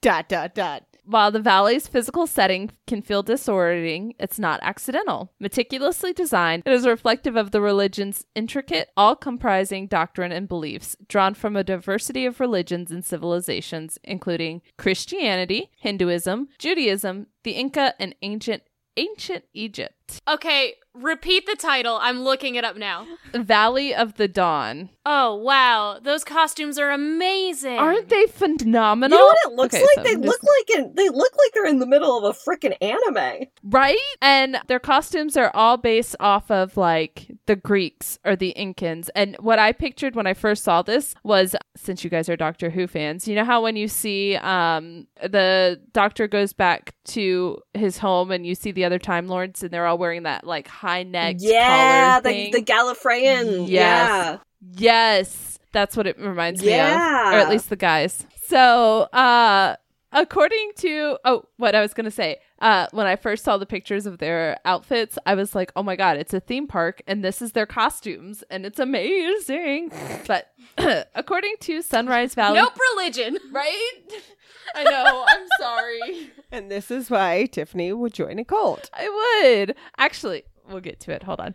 Dot dot dot. While the valley's physical setting can feel disorienting, it's not accidental. Meticulously designed, it is reflective of the religion's intricate, all comprising doctrine and beliefs, drawn from a diversity of religions and civilizations, including Christianity, Hinduism, Judaism, the Inca, and ancient ancient Egypt. Okay, repeat the title. I'm looking it up now. Valley of the Dawn. Oh wow, those costumes are amazing. Aren't they phenomenal? You know what it looks Okay, like? so they I'm look just- like in, they look like they're in the middle of a freaking anime. Right? And their costumes are all based off of like the Greeks or the Incans. And what I pictured when I first saw this was since you guys are Doctor Who fans, you know how when you see um the doctor goes back to his home and you see the other time lords and they're all wearing that like high neck yeah, collar the, thing. the Gallifreyan. Yes. Yeah. Yes, that's what it reminds me of. Yeah. Or at least the guys. So, uh according to oh what i was going to say uh, when i first saw the pictures of their outfits i was like oh my god it's a theme park and this is their costumes and it's amazing but according to sunrise valley Nope, religion. right i know i'm sorry And this is why Tiffany would join a cult. i would actually we'll get to it hold on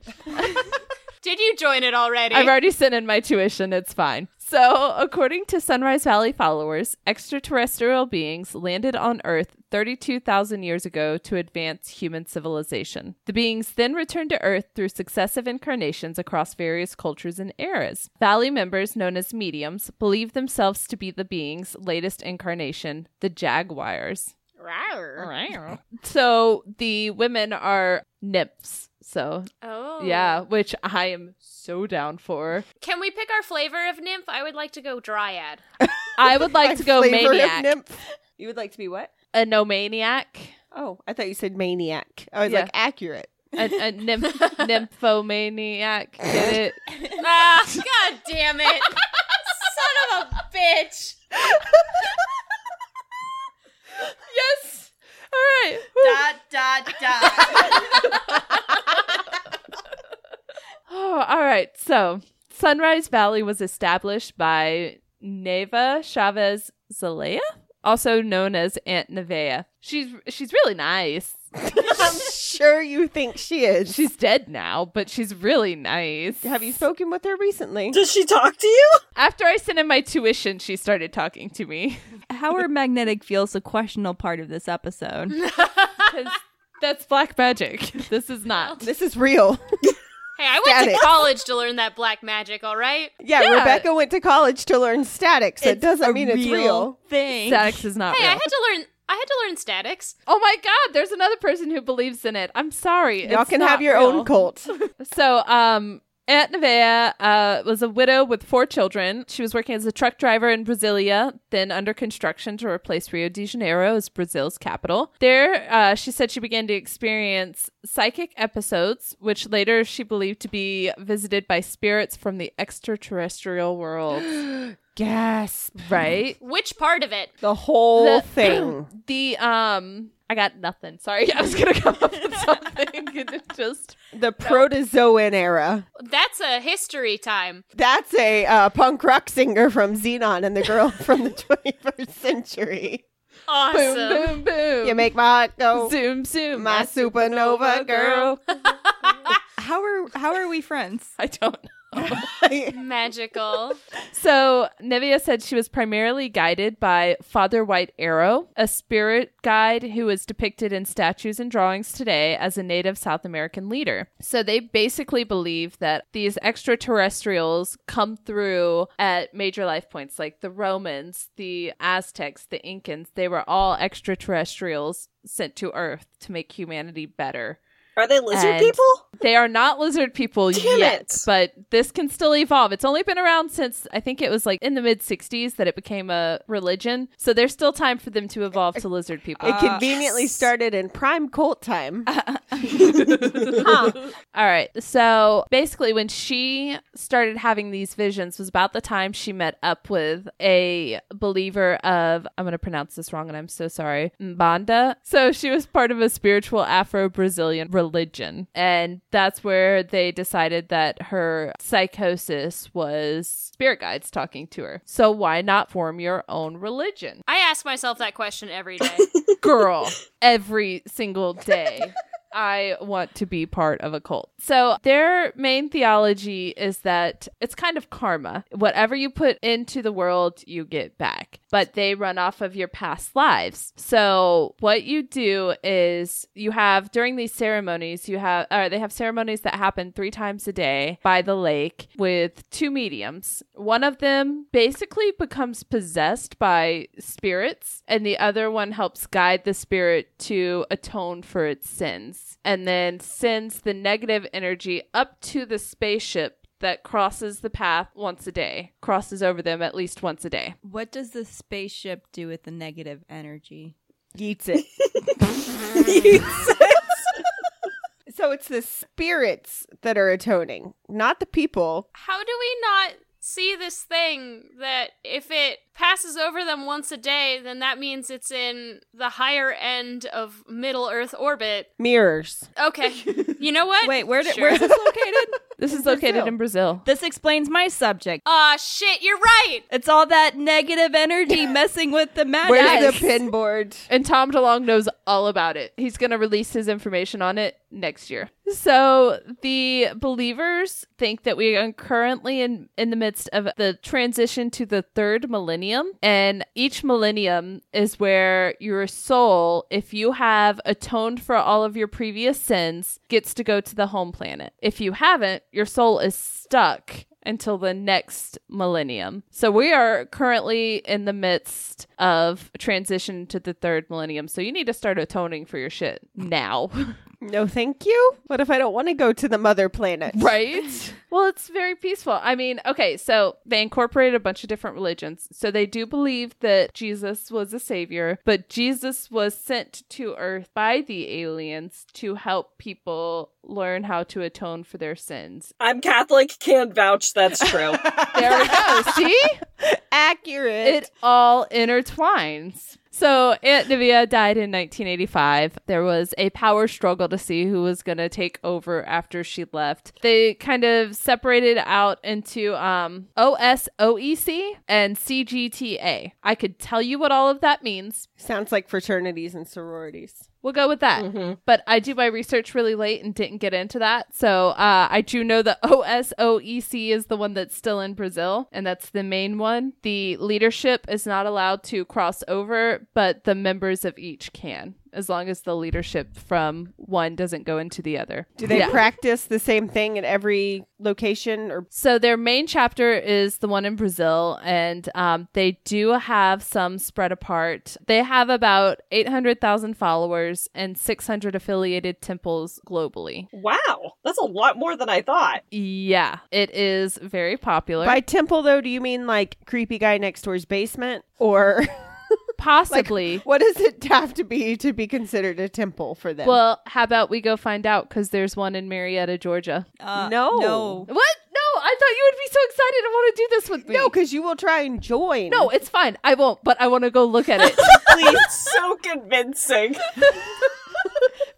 Did you join it already? I've already sent in my tuition. It's fine. So, according to Sunrise Valley followers, extraterrestrial beings landed on Earth 32,000 years ago to advance human civilization. The beings then returned to Earth through successive incarnations across various cultures and eras. Valley members, known as mediums, believe themselves to be the beings' latest incarnation, the Jaguars. So, the women are nymphs. So, oh. yeah, which I am so down for. Can we pick our flavor of nymph? I would like to go dryad. I would like to go Flavor of maniac. nymph. You would like to be what? A no maniac. Oh, I thought you said maniac. I was Yeah. like accurate. A, a nymph- nymphomaniac. Get it? ah, God damn it. Son of a bitch. Yes. All right. dot dot dot. Oh, all right. So Sunrise Valley was established by Neva Chavez Zelaya, also known as Aunt Nevea. She's she's really nice. I'm sure you think she is. She's dead now, but she's really nice. Have you spoken with her recently? Does she talk to you? After I sent in my tuition, she started talking to me. How are magnetic fields a questionable part of this episode? 'Cause That's black magic. This is not. This is real. Hey, I went Static. to college to learn that black magic, all right? Yeah, Yeah. Rebecca went to college to learn statics. It doesn't mean it's real. thing. Statics is not Hey, real. I had to learn I had to learn statics. Oh my God! There's another person who believes in it. I'm sorry. Y'all it's can not have your real. own cult. So, um, Aunt Nevaeh uh, was a widow with four children. She was working as a truck driver in Brasilia, then under construction to replace Rio de Janeiro as Brazil's capital. There, uh, she said she began to experience psychic episodes, which later she believed to be visited by spirits from the extraterrestrial world. Gasp. right? Which part of it? The whole The- thing. The um, I got nothing. Sorry, I was gonna come up with something. and it just The protozoan era. That's a history time. That's a uh, punk rock singer from Xenon and the girl from the 21st century. Awesome. boom, boom, boom. You make my heart go. zoom, zoom. My supernova girl. How are how are we friends? I don't. know. Magical. So Nevia said she was primarily guided by Father White Arrow, a spirit guide who is depicted in statues and drawings today as a native South American leader. So they basically believe that these extraterrestrials come through at major life points, like the Romans, the Aztecs, the Incans. They were all extraterrestrials sent to Earth to make humanity better. Are they lizard And- people? They are not lizard people Damn yet, it. but this can still evolve. It's only been around since I think it was like in the mid 60s that it became a religion. So there's still time for them to evolve to lizard people. It conveniently started in prime cult time. All right. So basically, when she started having these visions was about the time she met up with a believer of, I'm going to pronounce this wrong and I'm so sorry, Mbanda. So she was part of a spiritual Afro Brazilian religion. And that's where they decided that her psychosis was spirit guides talking to her. So why not form your own religion? I ask myself that question every day. girl every single day. I want to be part of a cult. So, their main theology is that it's kind of karma. Whatever you put into the world, you get back, but they run off of your past lives. So, what you do is you have during these ceremonies, you have, or they have ceremonies that happen three times a day by the lake with two mediums. One of them basically becomes possessed by spirits, and the other one helps guide the spirit to atone for its sins and then sends the negative energy up to the spaceship that crosses the path once a day, crosses over them at least once a day. What does the spaceship do with the negative energy? Yeets it. So it's the spirits that are atoning, not the people. How do we not see this thing that if it passes over them once a day, then that means it's in the higher end of Middle Earth orbit. Mirrors. Okay. You know what? Wait, where did, Sure. where's this located? This is located in Brazil. this explains my subject. Aw, shit, you're right. It's all that negative energy messing with the magic. Where's the pin board? And Tom DeLong knows all about it. He's going to release his information on it next year. So the believers think that we are currently in, in the midst of the transition to the third millennium. And each millennium is where your soul, if you have atoned for all of your previous sins, gets to go to the home planet. If you haven't, your soul is stuck until the next millennium. So we are currently in the midst of transition to the third millennium. So you need to start atoning for your shit now. No, thank you. What if I don't want to go to the mother planet? Right? well, it's very peaceful. I mean, okay, so they incorporated a bunch of different religions. So they do believe that Jesus was a savior, but Jesus was sent to earth by the aliens to help people learn how to atone for their sins. I'm Catholic, can vouch that's true. There we go. See? Accurate. it all intertwines. So Aunt Nivea died in 1985. There was a power struggle to see who was going to take over after she left. They kind of separated out into um, OSOEC E and CGTA. I could tell you what all of that means. Sounds like fraternities and sororities. We'll go with that. But I do my research really late and didn't get into that. So uh, I do know the OSOEC E is the one that's still in Brazil, and that's the main one. The leadership is not allowed to cross over, but the members of each can, as long as the leadership from one doesn't go into the other. Do they Yeah. practice the same thing at every location or So their main chapter is the one in Brazil, and um, they do have some spread apart. They have about 800,000 followers and 600 affiliated temples globally. wow, that's a lot more than I thought. Yeah, it is very popular. by temple though? Do you mean like creepy guy next door's basement or Possibly. what does it have to be to be considered a temple for them? well, how about we go find out? Because there's one in Marietta, Georgia. Uh, No. No. What? No, I thought you would be so excited and want to do this with me. no, because you will try and join. no, it's fine. I won't, but I want to go look at it. Please, so convincing.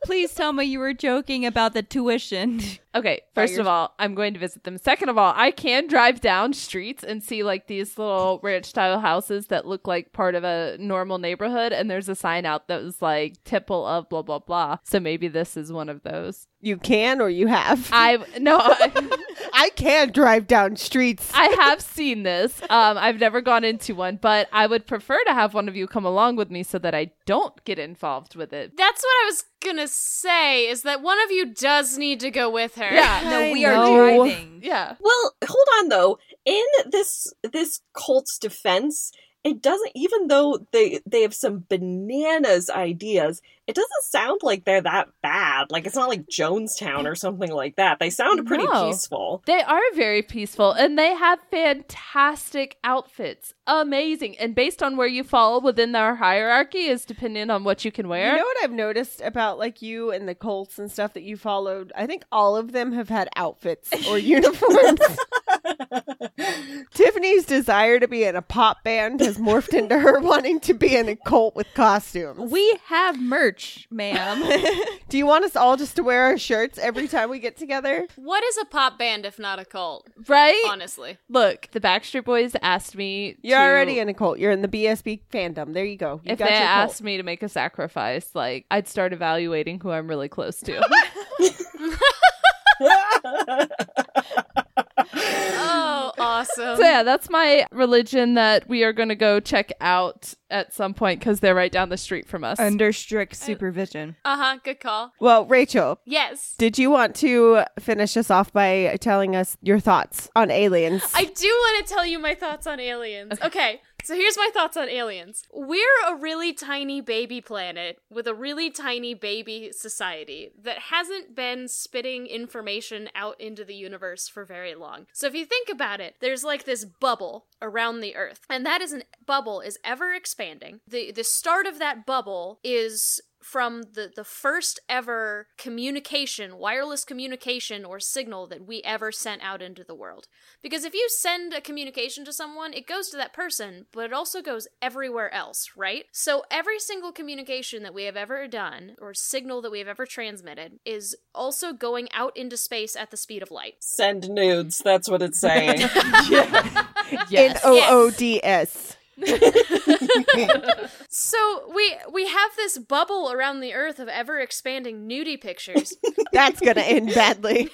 Please tell me you were joking about the tuition. Okay, first of all, I'm going to visit them. Second of all, I can drive down streets and see like these little ranch style houses that look like part of a normal neighborhood, and there's a sign out that was like temple of blah blah blah. So maybe this is one of those. you can or you have. I no, I, I can drive down streets. I have seen this. Um, I've never gone into one, but I would prefer to have one of you come along with me so that I don't get involved with it. That's what I was gonna say is that one of you does need to go with her. Yeah, No, we I are know. driving. yeah. Well, hold on though. In this this cult's defense, it doesn't even though they they have some bananas ideas, it doesn't sound like they're that bad. Like it's not like Jonestown or something like that. They sound pretty No. peaceful. They are very peaceful and they have fantastic outfits. Amazing. And based on where you fall within their hierarchy is depending on what you can wear. You know what I've noticed about like you and the Colts and stuff that you followed? I think all of them have had outfits or uniforms. Tiffany's desire to be in a pop band has morphed into her wanting to be in a cult with costumes. We have merch, ma'am. Do you want us all just to wear our shirts every time we get together? What is a pop band if not a cult? right? Honestly. Look, the Backstreet Boys asked me You're to- already in a cult. You're in the BSB fandom. There you go. You if got they your cult. asked me to make a sacrifice, like I'd start evaluating who I'm really close to. Oh, awesome. so yeah, that's my religion that we are going to go check out at some point because they're right down the street from us. Under strict supervision. Uh huh. Good call. Well, Rachel, Yes. did you want to finish us off by telling us your thoughts on aliens? I do want to tell you my thoughts on aliens. Okay. so here's my thoughts on aliens. We're a really tiny baby planet with a really tiny baby society that hasn't been spitting information out into the universe for very long. So if you think about it, there's like this bubble around the Earth, and that is an bubble is ever expanding. The the start of that bubble is from the, the first ever communication, wireless communication or signal that we ever sent out into the world. Because if you send a communication to someone, it goes to that person, but it also goes everywhere else, right? So every single communication that we have ever done or signal that we have ever transmitted is also going out into space at the speed of light. Send nudes. That's what it's saying. Yes. N O O D S. So we we have this bubble around the earth of ever expanding nudie pictures. That's gonna end badly.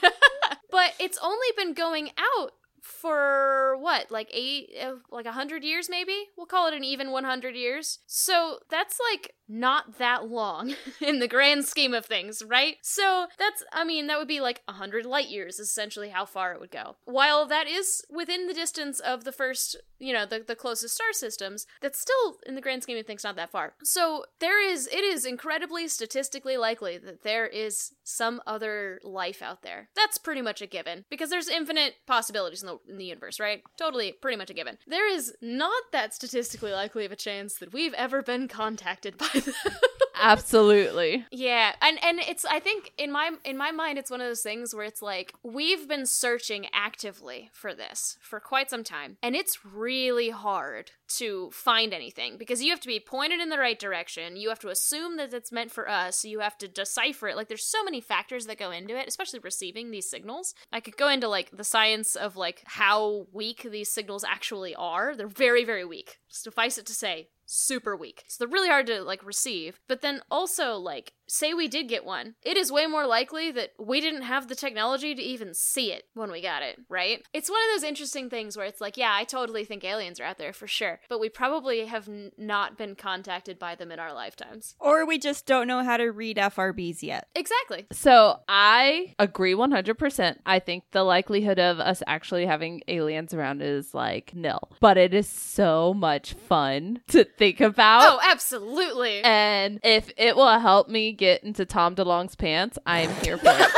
but it's only been going out for what like eight uh, like a hundred years maybe we'll call it an even 100 years so that's like not that long in the grand scheme of things right so that's i mean that would be like a 100 light years is essentially how far it would go while that is within the distance of the first you know the, the closest star systems that's still in the grand scheme of things not that far so there is it is incredibly statistically likely that there is some other life out there that's pretty much a given because there's infinite possibilities in the, in the universe right totally pretty much a given there is not that statistically likely of a chance that we've ever been contacted by them Absolutely. yeah, and and it's I think in my in my mind it's one of those things where it's like we've been searching actively for this for quite some time, and it's really hard to find anything because you have to be pointed in the right direction. You have to assume that it's meant for us. You have to decipher it. Like there's so many factors that go into it, especially receiving these signals. I could go into like the science of like how weak these signals actually are. They're very very weak. Suffice it to say, super weak. So they're really hard to like receive. But then also like say we did get one, it is way more likely that we didn't have the technology to even see it when we got it, right? It's one of those interesting things where it's like, yeah, I totally think aliens are out there for sure, but we probably have n- not been contacted by them in our lifetimes. Or we just don't know how to read FRBs yet. Exactly. So I agree 100%. I think the likelihood of us actually having aliens around is like nil. But it is so much fun to think about. Oh, absolutely. And if it will help me get into Tom DeLong's pants, I am here for it.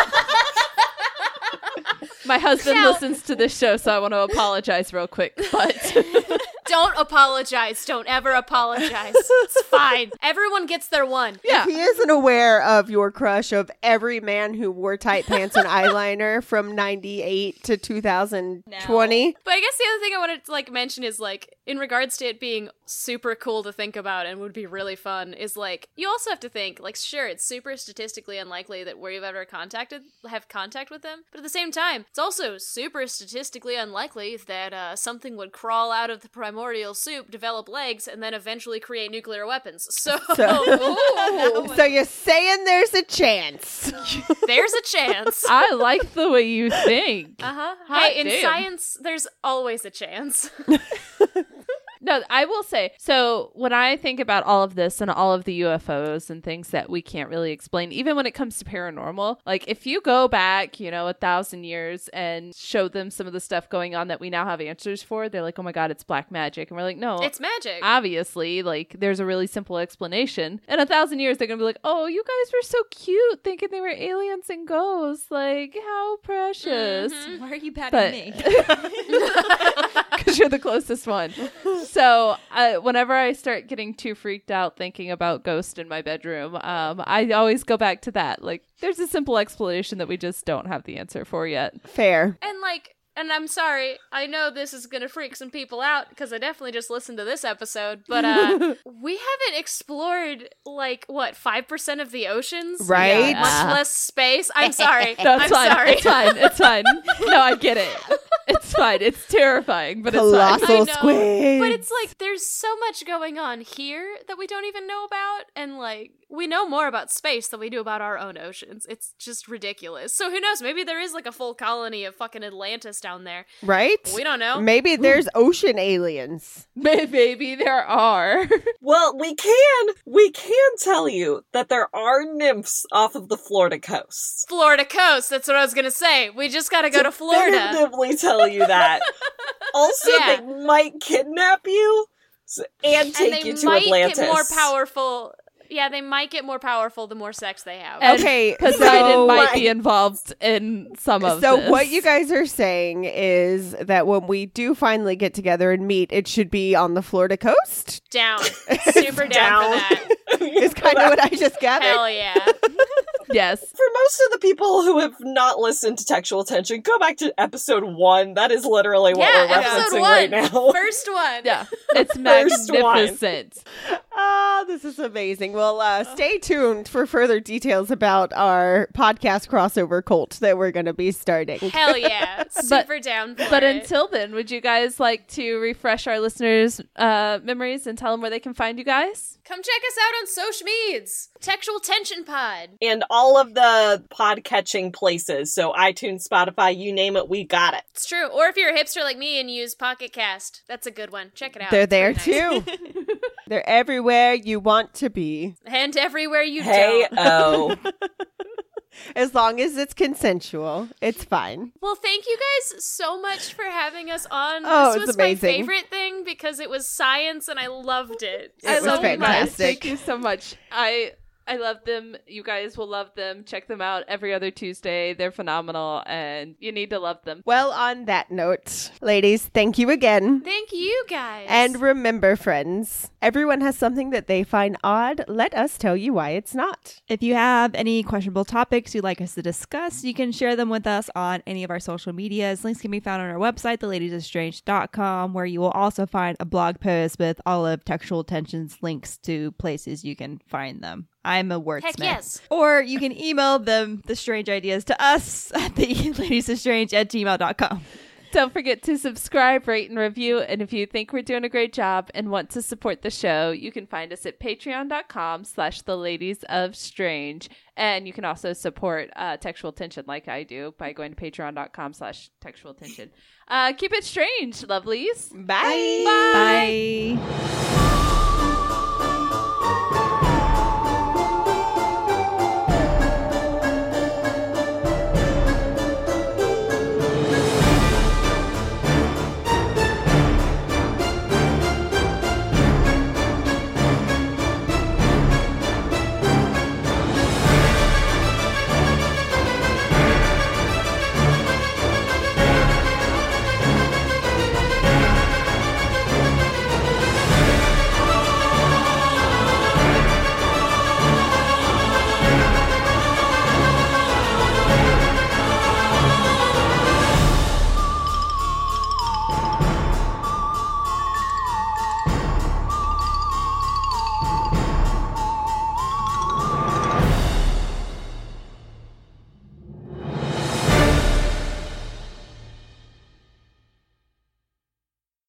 My husband Now- listens to this show, so I want to apologize real quick. But Don't apologize. Don't ever apologize. It's fine. Everyone gets their one. yeah, He isn't aware of your crush of every man who wore tight pants and eyeliner from 98 to 2020. But I guess the other thing I wanted to like mention is like in regards to it being super cool to think about and would be really fun is like you also have to think like sure it's super statistically unlikely that we've ever contacted have contact with them but at the same time it's also super statistically unlikely that uh, something would crawl out of the primordial soup develop legs and then eventually create nuclear weapons so, So- So you're saying there's a chance. there's a chance I like the way you think. uh-huh Hot hey in damn. science there's always a chance No, I will say. So when I think about all of this and all of the UFOs and things that we can't really explain, even when it comes to paranormal, like if you go back, you know, a thousand years and show them some of the stuff going on that we now have answers for, they're like, oh my God, it's black magic. And we're like, no. it's magic Obviously, like there's a really simple explanation. In a thousand years, they're gonna be like, "Oh, you guys were so cute, thinking they were aliens and ghosts. Like, how precious!" Mhm. Why are you patting But- me? because you're the closest one. So, uh, whenever I start getting too freaked out thinking about ghost in my bedroom, um, I always go back to that. Like, there's a simple explanation that we just don't have the answer for yet. Fair. And like, and I'm sorry, I know this is gonna freak some people out because I definitely just listened to this episode, but uh, we haven't explored like what five percent of the oceans, Right? Yeah. Much less space. I'm sorry. No, it's I'm fine. sorry. It's fine. It's fine. No, I get it. It's fine. It's terrifying, but it's fine. Colossal I know, squid. But it's like there's so much going on here that we don't even know about, and like we know more about space than we do about our own oceans. It's just ridiculous. So who knows? Maybe there is like a full colony of fucking Atlantis down there. right? We don't know. Maybe there's ocean aliens. May- Maybe there are. Well, we can we can tell you that there are nymphs off of the Florida coast. Florida coast. That's what I was gonna say. We just gotta go to Florida. Definitively tell you that. also, Yeah. they might kidnap you s- and And take they you to might Atlantis. get more powerful. yeah, they might get more powerful the more sex they have. And Okay, Poseidon so- might be involved in some of So this. what you guys are saying is that when we do finally get together and meet, it should be on the Florida coast. down. Super down, Down. for that. Is kind of what I just gathered. Hell yeah. Yes. For most of the people who have not listened to Textual Attention, go back to episode one. That is literally what yeah, we're episode referencing one. right now. First one. Yeah. It's First one. magnificent. Ah, this is amazing. Well, uh, stay tuned for further details about our podcast crossover cult that we're going to be starting. Hell yeah. Super down for But it. until then, would you guys like to refresh our listeners' uh, memories and tell them where they can find you guys? Come check us out on social meds. Textual Tension Pod. And all of the pod catching places. So iTunes, Spotify, you name it, we got it. It's true. Or if you're a hipster like me and use Pocket Cast, that's a good one. Check it out. They're It's there pretty nice. too. They're everywhere you want to be, And everywhere you Hey, don't. oh. as long as it's consensual. It's fine. Well, thank you guys so much for having us on. Oh, this it's was amazing. my favorite thing because it was science and I loved it. It so was much. fantastic. Thank you so much. I I love them. You guys will love them. Check them out every other Tuesday. They're phenomenal, and you need to love them. Well, on that note, ladies, thank you again. Thank you guys. And remember, friends, everyone has something that they find odd. Let us tell you why it's not. If you have any questionable topics you'd like us to discuss, you can share them with us on any of our social medias. Links can be found on our website, theladiesestrange.com, where you will also find a blog post with all of Textual Tension's links to places you can find them. I'm a wordsmith. Heck yes. Or you can email them the strange ideas to us at the ladiesestrange at gmail.com. Don't forget to subscribe, rate, and review. And if you think we're doing a great job and want to support the show, you can find us at patreon.com slash the ladies of strange. And you can also support uh, Textual Tension like I do by going to patreon.com slash textual tension. Uh, keep it strange, lovelies. Bye. Bye.